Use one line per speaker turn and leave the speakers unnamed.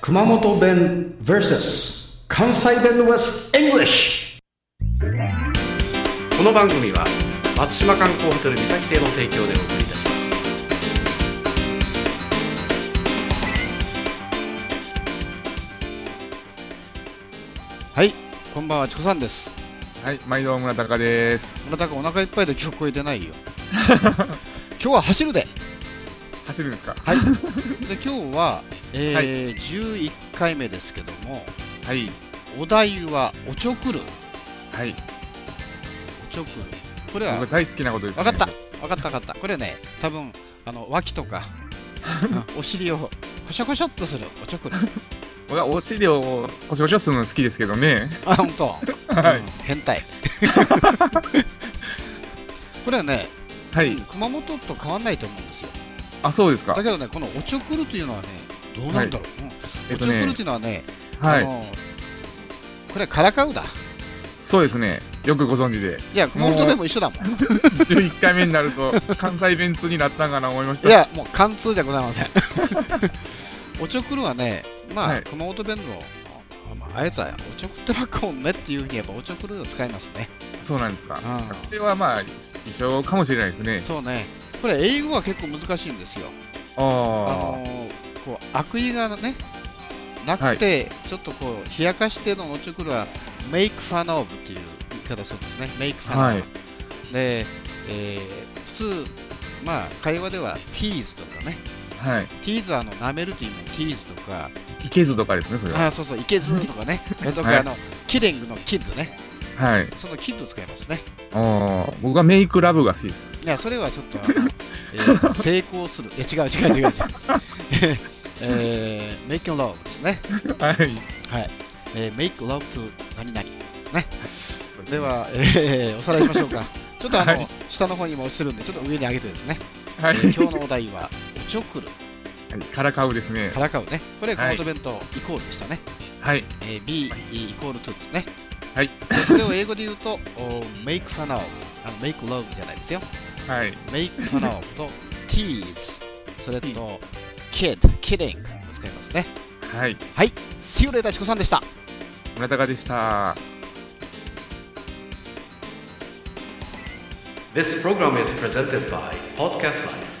熊本弁 VS 関西弁 West English
この番組は松島観光ホテル三崎亭の提供でお送りいたします
はい、こんばんは、チコさんです。
はい、毎度村高です。
村田君、お腹いっぱいで今日超えてない よ。今日は走るで、
走るんですか。
はい、 で今日は、えー
はい
11回目ですけども、
はい、
お題はおちょくる、
はい、
おちょくる。これは
僕大好きなことです、
分かった、分かった、分かった。これね、多分あの脇と かうんお尻をこしょこしょっとするおちょ くる。
た。俺はお尻をこしょこしょするの好きですけどね。
あ、本当。
はい
うん変 態。これはね、
はい、
熊本と変わんないと思うんですよ。
あ、そうですか
だ。けどね、このおちょくるというのはね、どうなんだろう。うん
え
お
っ
ち
と
ょくるっ
ね
て、いうのはね、
は
あ
い、
のこれはからかうだ。
そうですね。よくご存 知で、
いや、熊本弁も一緒だもん。
11回目になると関西弁通になったんかな思いまし
い
た。
や、もう貫通じゃございません。おちょくるはね、まあ、
はい
熊本弁の、まあ、あいつはおちょくってらかもんねっていうふうにやっぱおちょくるを使いますね。
そうなんですか。こ
あ
れはまあ一緒かもしれないですね。
そうね。これ英語は結構難しいんですよ。あの
あ
ーこう悪意がね、なくて、ちょっとこう冷やかしてのおちょくるは、make fun of っていう言い方をするんですね。make fun
あ、
of、
はい、
で、えー普通、まあ、会話では tease とかね、
はい。
tease はあの舐めるという意味の tease とか、
いけずとかですね、それは。
あーそうそう、いけずとか ね、えと
はい
かあの、キリングのキッドね、
はい。
そのキッド使いますね。
ああ、僕はメイクラブが好き です。
いや、それはちょっと、あ のえー成功する、いや、違う違う違う違 う。えー、make love ですね。
はい。
えー、make love to 何々ですね。では、えーおさらいしましょう か。ちょっとあの、
はい
下の方にも落ちてるんで、ちょっと上に上げてですね、
はい、
えー今日のお題は、おちょくる。
からかうですね。
からかうね。これ、熊
はい
本弁当イコールでしたね。
はい、
えー B イコール2ですね。
はい
で。これを英語で言うと、お make fun of あの、make love じゃないですよ。
はい、
make fun of と tease、それと kid、kidding を使いますね。
はい。
はい。See you later, チコさんでした。
村高でした。
This program is presented by Podcast Life